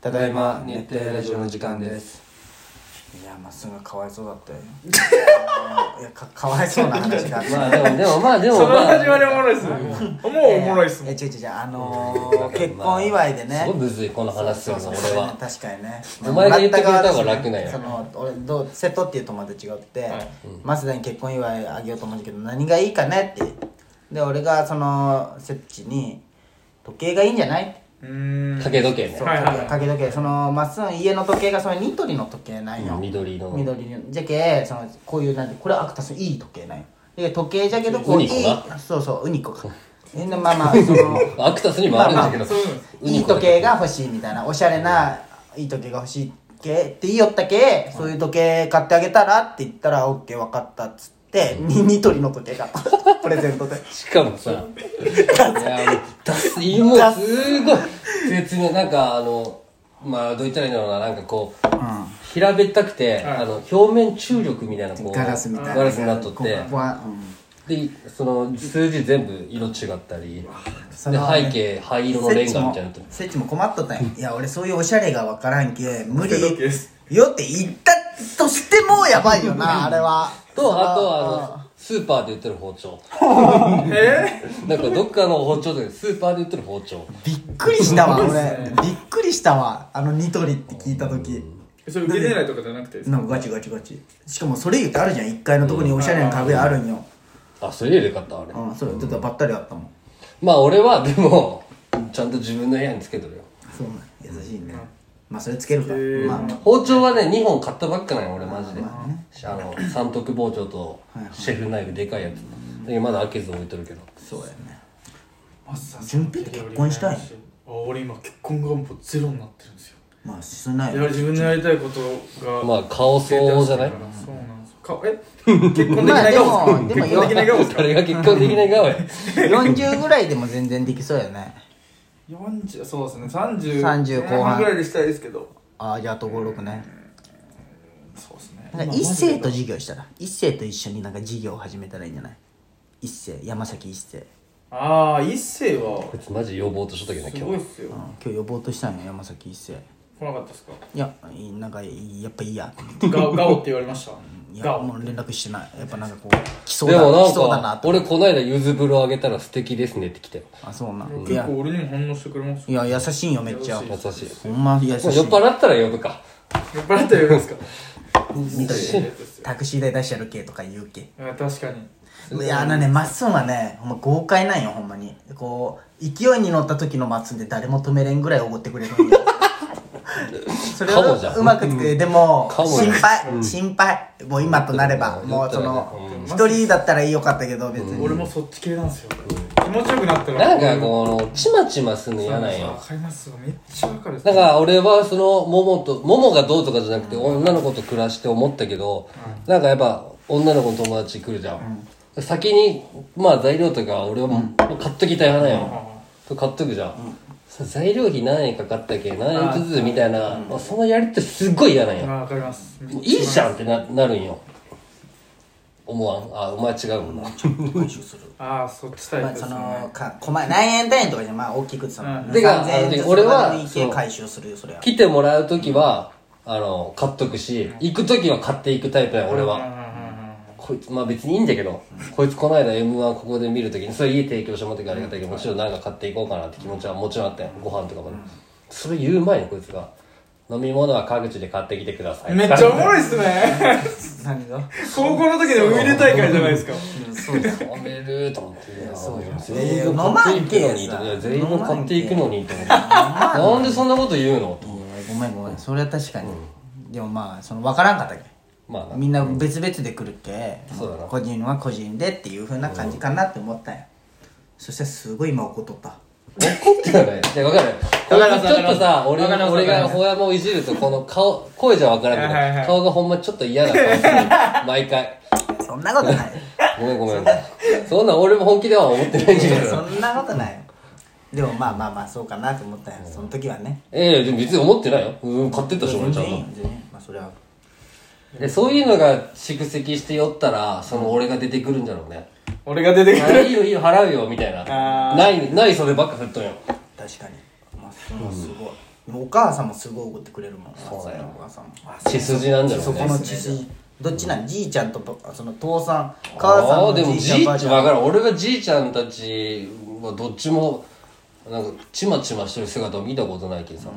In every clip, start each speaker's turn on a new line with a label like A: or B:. A: ただいま熱帯ラジオの時間です
B: いやまっすぐかわいそうだ ったよいやかかわいそうな話があって
A: まあでもでもまあでも
C: その
A: まあ
C: 始まりおもろいっすもうおもろいっすも
B: え
C: ん
B: 違う違う違うあのー、結婚祝いでね
A: すごいむずいこの話するの俺
B: そう
A: は
B: 確かにね
A: お前が言ってくれた方が
B: もらった
A: 楽なんや
B: 側としてねその俺どう瀬戸っていう友達がおって、
C: はい
B: マスダに結婚祝いあげようと思うんだけど何がいいかねってで俺がそのセッチに時計がいいんじゃないって
C: うーん
A: 掛け時計ね
B: そう、
C: はいはいはい
B: かけ時計そのまっすぐ家の時計がそのニトリの時計なんよ、
A: うん緑の
B: 緑のじゃけそのこういうなんてこれはアクタスいい時計なんよで時計じゃけどこ
A: ウ
B: うい
A: ニ
B: い
A: コな
B: そうそうウニコかえまあ まあその
A: アクタスにもあるんだけど
C: まあまあそうなんです
A: ウニ
B: いい
A: コだ
B: 時計が欲しいみたいなおしゃれないい時計が欲しいけって言いよったけそういう時計買ってあげたらって言ったらオッケー分かったっつって、にニトリの時計が プレゼントで
A: しかもさ、いや、もう出す、もう
B: ダサ
A: すごい、説明、なんかあの、まあ、どう言ったらいいんだろうな、なんかこう、
B: う
A: 平べったくて、
C: はい
A: あの、表面注力みたいな、こ
B: ん
A: う、
B: ガラスみたいな
A: ガラスになっとっ
B: こ
A: て
B: こ、はうん
A: で、その、数字全部色違ったり、
B: そ
A: で、
B: のね
A: 背景、灰色のレンガみたいなのと。
B: セッチも困っとったんやいや俺そういうおしゃれが分からんけ無理
C: 腕時計です
B: よって言ったとしてもやばいよなあれは
A: と、あとは、あの、スーパーで売ってる包丁。
C: え
A: なんか、どっかの包丁で、スーパーで売ってる包丁。
B: びっくりしたわ俺びっくりしたわあのニトリって聞いた時
C: ーそれ受け狙いとかじゃなくてですか
B: なんかガチガチガチしかもそれ言ってあるじゃん1階のとこにおしゃれな壁あるんよ
A: あ、それ入れかった、あれ。
B: うんそれちょっとばったりあったもん
A: まあ、俺は、でも、ちゃんと自分の部屋につけとるよ。
B: そうなん優しいねまあそれつけるか
C: へえ
B: まあ
A: 包丁はね2本買ったばっかなんよ俺マジであの三徳包丁とシェフナイフでかいやつだけどまだ開けず置いとるけど
B: そうやね
C: マスさん
B: 順平って結婚したいの
C: あ俺今結婚がもうゼロになってるんですよ
B: まあ進んない
C: いや
B: よ
C: 自分のやりたいことが
A: まあ顔相応じゃない
C: そうなんですよ顔え結婚できない
B: まあ
C: 顔
B: でも
C: 結
B: でも
C: 婚できな い顔 ですか
A: 誰が結婚できない顔や
B: 40ぐらいでも全然できそうやね
C: 40そうですね30
B: 30後半
C: ぐらいでしたいですけど
B: ああじゃああと56ね
C: そうですね
B: なんか一世と事業したら一世と一緒になんか事業を始めたらいいんじゃない一世山崎一世、うん
C: ああ一世は
A: こいつマジ要望としとったけ
C: す
A: ど
C: ご
A: ない
C: っ
A: 今日
C: すよ
B: 今日呼ぼうとしたんよ山崎一世
C: 来なかったっすか
B: いやいいなんかいいやっぱいいや
C: ガオガオって言われました
B: いや
C: ガオ
B: もう連絡してないやっぱなんかこう来そう
A: で
B: だ
A: もな
B: 来そうだなん
A: か
B: と
A: 俺こないだゆず風呂あげたら素敵ですねって来て
B: あそうなんい
C: 結
B: や
C: 構俺にも反応してくれます
B: いや優しいんよめっちゃ
A: 優しい
B: ほんま優しい
A: もう酔っ払ったら呼ぶか
C: 酔っ払ったら言うんですか
B: みたい
C: いやですよ
B: タクシー代出してやるけとか言うけ
C: いや確かに
B: いやあのねまっすんはねほんま豪快なんよほんまにこう勢いに乗った時のまっすんで誰も止めれんぐらいおごってくれるんよそれ
A: か
B: を
A: もじゃん
B: うまくつけでも
A: かもじゃ
B: 心
A: ん
B: 配、心配もう今となれば
A: うん
B: もうそ
A: 酔
B: の
C: った
B: 一
C: らねうん
B: 人だったらよかったけど別に、
C: 俺もそっち系なんですよ気持ちよくなったら
A: なんかこのちまちますの
C: う
A: 嫌なんよ
C: わかりますよめっちゃわかる
A: だから俺はそのモモとモモがどうとかじゃなくて女の子と暮らして思ったけど、なんかやっぱ女の子の友達来るじゃん、先にまあ材料とか俺はもう買っときたい派なんよ、と買っとくじゃん、そ材料費何円かかったっけ何円ずつみたいな、まあそのやりってすっごい嫌なんよ、
C: わかります
A: もういいじゃんってななるんよ思わんあお前違うもんな
C: ああそっちタイ
B: まあ、
C: プです
B: そ
C: ね
B: のかこま何円単位とかじゃまあ大きくその、
C: うん
B: 3000
A: てか
B: 円ずつ
A: 俺は
B: 累計回収するよそれは
A: 来てもらう時は、あの買っとくし行く時は買っていくタイプや俺は、
C: うんうんうん
A: こいつまあ別にいいんだけど、こいつこの間 m 1ここで見るときにそれ家提供してもらってからありがたいけどもちろん何か買っていこうかなって気持ちはもちろんあったよご飯とかも、それ言う前にこいつが飲み物は各口で買ってきてくださ
C: う
A: い
C: んめっちゃおもろいっすね
B: 何が
C: 高校の時の海入れ大会じゃないですか
B: そうだよ
A: 飲めると思っていや
B: そうよ
A: 全員分買っていくのにと
B: 飲まんけよ
A: 全員分買っていくのにと思ってなんでそんなこと言うのと
B: いやごめんごめんそれは確かに、でもまあその分からんかったけ
A: ま あな
B: みんな別々で来るけ、
A: そうだな
B: 個人は個人でっていう風な感じかなって思ったんや、そしてすごい今怒っとった
A: 怒ってはないいや分かるこ
C: わかります
A: いつちょっとさ
C: わ
A: 俺
C: かります
A: 俺
C: わかり
A: が
C: ます
A: ほやもをいじるとこの顔声じゃ分からんけど、
C: はいはいはい
A: 顔がほんまちょっと嫌な顔する 毎回
B: そんなこと ない
A: ごめんごめん。そんなん俺も本気では思ってないんだけ
B: そ
A: ど。
B: んなことないよでもまあまあまあそうかなって思ったんやその時はね
A: ええでも別に思ってないよ。うん、買ってったし、俺ちゃ
B: 全然
A: ん
B: 全
A: と。
B: 然まあそれは
A: で、そういうのが蓄積して酔ったら、その俺が出てくるんだろうね。
C: 俺が出てく
A: あ
C: る
A: いいよいいよ、払うよ、みたいな。
C: あー
A: ない、ない袖ばっか振っとんよ。
B: 確かにまあすごいすごいでもお母さんもすごい怒ってくれるもん
A: そうだよ
B: お母さんも
A: 血筋なんだろ
B: そうこ
A: ね
B: の血筋どっちなんじいちゃんとばその父さん母さん
A: ああ
B: の
A: ーでも
B: じいちゃん
A: じいち
B: ば
A: ゃ
B: あ
A: ん
B: ち
A: 分
B: ゃん
A: からん俺がじいちゃんたちはどっちもなんかちまちましてる姿を見たことないけどさ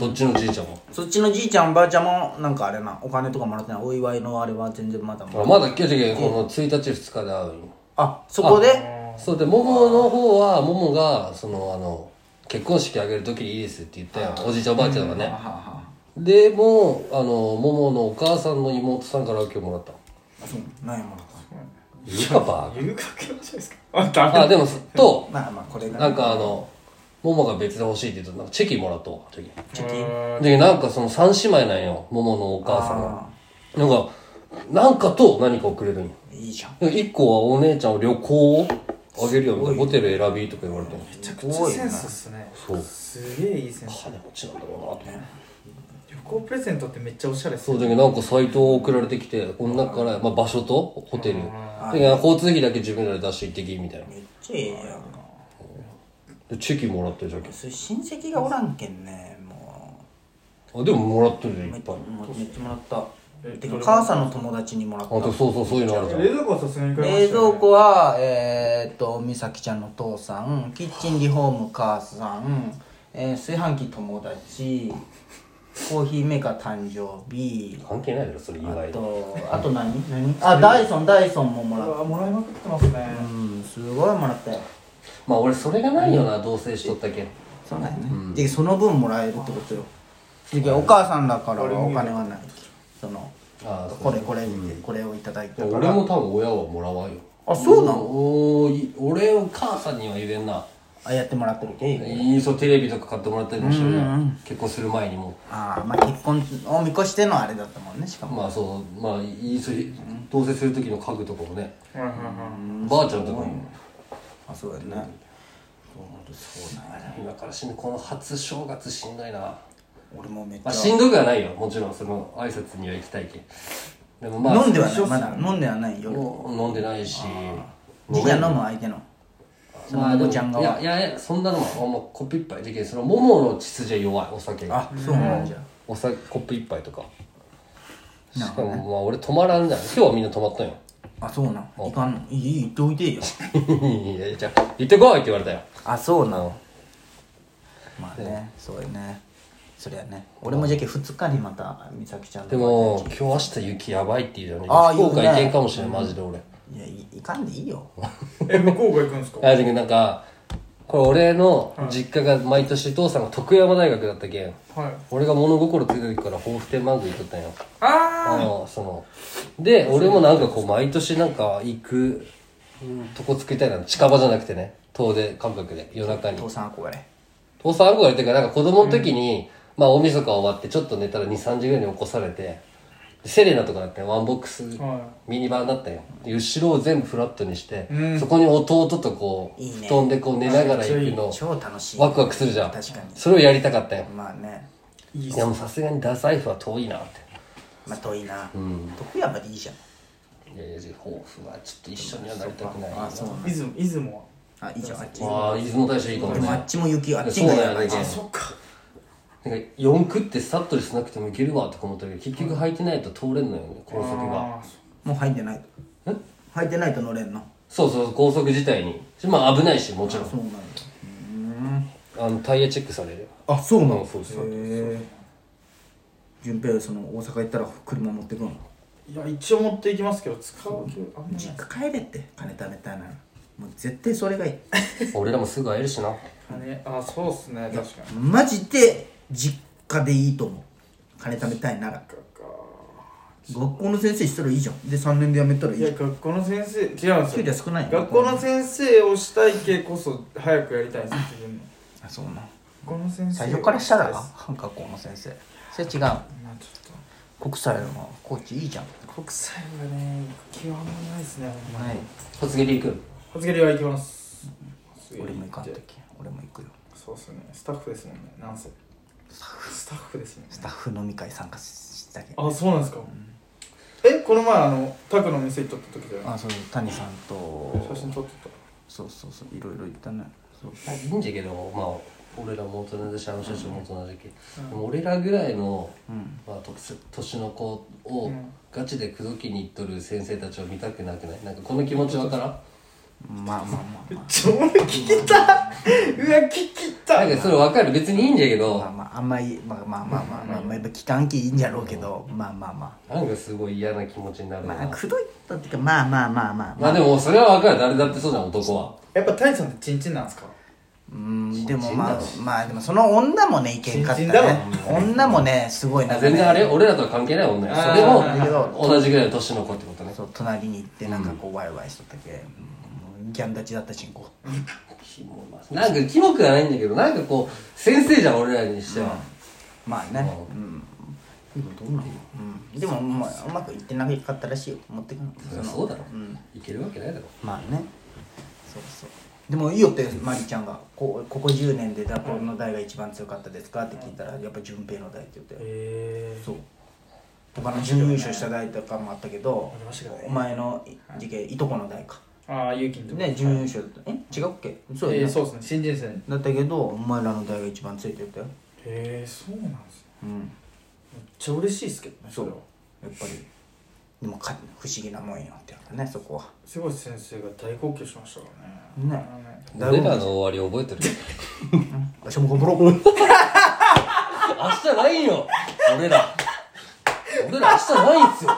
A: どっちのじいちゃんも
B: そっちのじいちゃんばあちゃんもなんかあれなお金とかもらってないお祝いのあれは全然まだもら
A: まだ今日この1日2日で会うんよ
B: あそこで
A: そうでももの方はももがそのあの結婚式あげる時にいいですって言ったよおじいちゃんおばあちゃんがねでもうあのもものお母さんの妹さんから今日もらった
B: そうなんやもらっ
A: いいかば
C: 言うかけましですかあダメ
A: あでもと
B: たまあまあこれが
A: なんかあのももが別で欲しいって言ったらなんかチェキもらったわ時
B: チェキ
A: でなんかその三姉妹なんよもものお母さんがなんかなんかと何かをくれるんよ
B: いいじゃん
A: で1個はお姉ちゃんを旅行をあげるよみたいなホテル選びとか言われて
C: めちゃくちゃセンスっすね
A: そう
C: すげえいいセンス
A: 金持ちなんだろうなと思って
C: 旅行プレゼントってめっちゃおしゃれっす
A: そう
C: ね
A: だけどなんかサイトを送られてきてこの中から、まあ、場所とホテルだけど交通費だけ自分らで出していってきみたいな
B: めっちゃいいやん
A: でチェキもらってるじゃんけ
B: そういう親戚がおらんけんねも
A: あでももらってるじゃん
B: う
A: い
B: め
A: っ
B: っ
A: ぱい
B: めっちゃもらった
C: え
B: て
C: ど
B: か
C: れ
B: 母さんの友達にもら
A: あと
B: っ
A: そうそうそういうのあるじゃん
C: 冷蔵庫はさすがに
B: た
C: 買いま
B: 冷
C: したよね
B: 蔵庫はえーっと美咲ちゃんの父さんキッチンリフォーム母さん、えー炊飯器友達コーヒーメーカー誕生日
A: 関係ないだろそれ以
B: あ
A: 外で
B: とあと何何あダイソンダイソンももら
C: う
B: っ
C: わもらいまくってますね
B: たうんすごいもらったよ
A: まあ俺それがないよな同棲しとったけん
B: そうだよね、でその分もらえるってことよでお母さんだからはお金はないその
A: ああ
B: これこれ、これをいただいたから
A: 俺も多分親はもらわんよ
B: あそうなの
A: おーい俺お母さんには言えんな
B: あやってもらってるけ
A: いいそうテレビとか買ってもらったりもしてるじゃん結婚する前にも
B: ああまあ結婚を見越してのあれだったもんねしかも
A: まあそうまあいいそう同棲する時の家具とかもね
C: うんうんうん
A: ばあちゃんとかも
B: あそうだよねそうそうなんや
A: 今からしんどいこの初正月しんどいな、
B: 俺もめっち
A: ま
B: ゃ
A: あ、しんどくはないよもちろんその挨拶には行きたいけんでもまあ
B: 飲んではないまだ飲んではないよ
A: もう飲んでないし
B: じいちゃん飲む相手のその
A: で
B: お
A: も
B: 子ちゃんが
A: いやいやいやそんなのももうコップ一杯できるそのももの血筋は弱いお酒が
B: あそうなんじゃ
A: お酒コップ一杯とかし
B: なる
A: か
B: ほど
A: もまあ俺止まらんじゃん今日はみんな止まったんよ
B: あそうなんいかんのいいいい行っておいてよ
A: いやいやじゃあ行ってこいって言われたよ
B: あそうなのまあねそうよねそりゃね俺もじゃけ2日にまた美咲ちゃんと
A: でも今日明日雪やばいって言うよね
B: あー
A: 福岡
B: 言う
A: 行
B: ね
A: けんかもしれないマジで俺
B: いやいいかんでいいよ
C: え向こうが行くんですか
A: あでなんかこれ俺の実家が毎年父さんが徳山大学だったけん
C: はい
A: 俺が物心ついた時から抱負天満宮行っとったんよ
C: あ
A: あのそので俺もなんかこう毎年なんか行くうんとこ作りたいな近場じゃなくてね遠出韓国で夜中に
B: 父さん憧れ
A: 父さん憧れっていうかなんか子供の時に、まあ大晦日終わってちょっと寝たら23時ぐらいに起こされてセレナとかだってワンボックス
C: は
A: ミニバンだったよで後ろを全部フラットにして、
C: うん
A: そこに弟とこう
B: いいね
A: 布団でこう寝ながら行くの
B: 超楽しい
A: ワクワクするじゃん
B: 確かに
A: それをやりたかったよ
B: まあね
C: いいいっ
A: い
C: す
A: やもうさすがに太宰府は遠いなって
B: まあ遠いな、徳山でいいじゃん
A: いやいや抱負はちょっと一緒にはなりたくないな
B: そうなん
C: 出雲出雲は
B: あいいじゃんあっち
A: ああ出雲大社いいかも
B: で
A: ね
B: もあっちも雪あっち
A: そう
B: も
A: だ
B: や
A: よ
B: ば
A: ね
B: いじゃん
A: そっかなんか四駆ってサットルしなくてもいけるわとか思ったけど結局履いてないと通れんのよね高速が
C: あー
B: もう入ってない
A: え
B: 入ってないと乗れんの
A: そうそう高速自体にまあ危ないしもちろ
B: そ
A: ん
B: うなんだ
A: あのタイヤチェックされるよ
B: あそうな
A: のそうそう
B: へえ順平その大阪行ったら車持ってくんの
C: いや一応持っていきますけど使う気あんま
B: 実家帰れって金貯めたいならもう絶対それがいい
A: 俺らもすぐ会えるしな
C: 金あそうっすね確かに
B: マジで実家でいいと思う金貯めたいなら学校の先生したらいいじゃんで3年で辞めたらいい
C: い
B: じゃ
C: や
B: ん
C: 学校の先生違うんですよ
B: 給料少ないの
C: 学校の先生をしたい系こそ早くやりたいんですよ自分の
B: あそうなん
C: 学校の先生
B: 最初からしたら
C: まあ
B: 学校の先生それ違う
C: ちょっ
B: 国際のコーチいいじゃん
C: と国際はね気はあんまないですねほんま
B: ない
A: 卒業で行く
C: 初蹴りは行きます
B: 俺も行かんとき俺も行くよ
C: そうっすねスタッフですもんねなんせスタッフスタッフですもんね
B: スタッフ飲み会参加したけ
C: あそうなんですかえこの前あのタクの店行っとった時だよね
B: あそう谷さんと
C: 写真撮ってた
B: そうそうそういろいろ行ったねそう
A: いいんじゃけどまあ俺らも大人だしあの社長も大人だけど、でも俺らぐらいの、
B: うん
A: まあ、と年の子を
C: うん
A: ガチで口説きに行っとる先生たちを見たくなくないなんかこの気持ちわからん
B: まあまあまあま
C: ちょ俺聞きたうわ聞きた
A: なんかそれわかる別にいいんだけ
B: あまあ
A: ど
B: まああんまりまあまあまあまあまあまあやっぱ期間期いいんじゃろうけどまあまあま
A: なんかすごい嫌な気持ちにな
B: あ
A: るな、
B: まあ
A: まあ、
B: くどいったっていうかまあまあまあまあまあ
A: でもそれはわかる誰だってそうじゃん男は
C: やっぱ谷さんってチンチンなんですか
B: うんでもまあまあでもその女もね意見かっ
C: 新人
B: た
C: だ
B: ね
C: もん
B: 女もねすごいなんかね
A: 全然あれよ俺らとは関係ない女よそれ
C: あーなる
A: も同じぐらいの年の子ってことね
B: そう隣に行ってなんかこうワイワイしとったけ、うんギャン立ちだったしんこ
A: キモいななんかキモくはないんだけどなんかこう先生じゃん俺らにしては、
B: まあねうんでもどうなの、うん、でもまあうまくいってなかったらしいよ持ってくの
A: そりゃそうだろ、
B: ん
A: いけるわけないだろ
B: まあねそうそうでもいいよってマリちゃんがこここ10年でダコの代が一番強かったですかって聞いたらやっぱ順平の代って言って、
C: え
B: そう他の準優勝した代とかもあったけど
C: ありましたけどね
B: お前の事件いとこの代か
C: ああ勇気のとこ
B: ね準優勝だったえ違うっけそう
C: え
B: や
C: ー
B: ね
C: そうですね新人生へ
B: だったけどお前らの代が一番強いって言ったよ
C: えそうなんですね
B: うん
C: めっちゃ嬉しいですけどね
B: そう
C: れは
B: やっぱりでもか不思議なもんよっていうかねそこ は
C: 瀬橋先生が大号泣しましたからね
B: ね
C: あのね
A: 俺らの終わり覚えてる
B: わしも頑張ろう
A: 明日ないんよ俺ら俺ら明日ないんすよ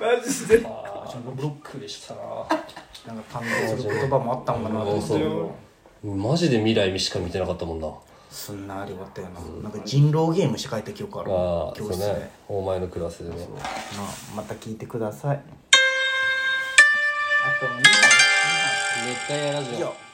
C: マジで
A: ああブロックでしたな
B: なんか感動する言葉もあったんかなと思ったけど
A: マジで未来しか見てなかったもんな
B: すんなり終わったよななんか人狼ゲームして書いた記憶ある
A: ああそ
B: 教
A: う
B: 室で、
A: ねお前のクラスでね
B: まあ、また聞いてくださいあと2本
A: 熱帯夜ラジ
B: 以上
A: オ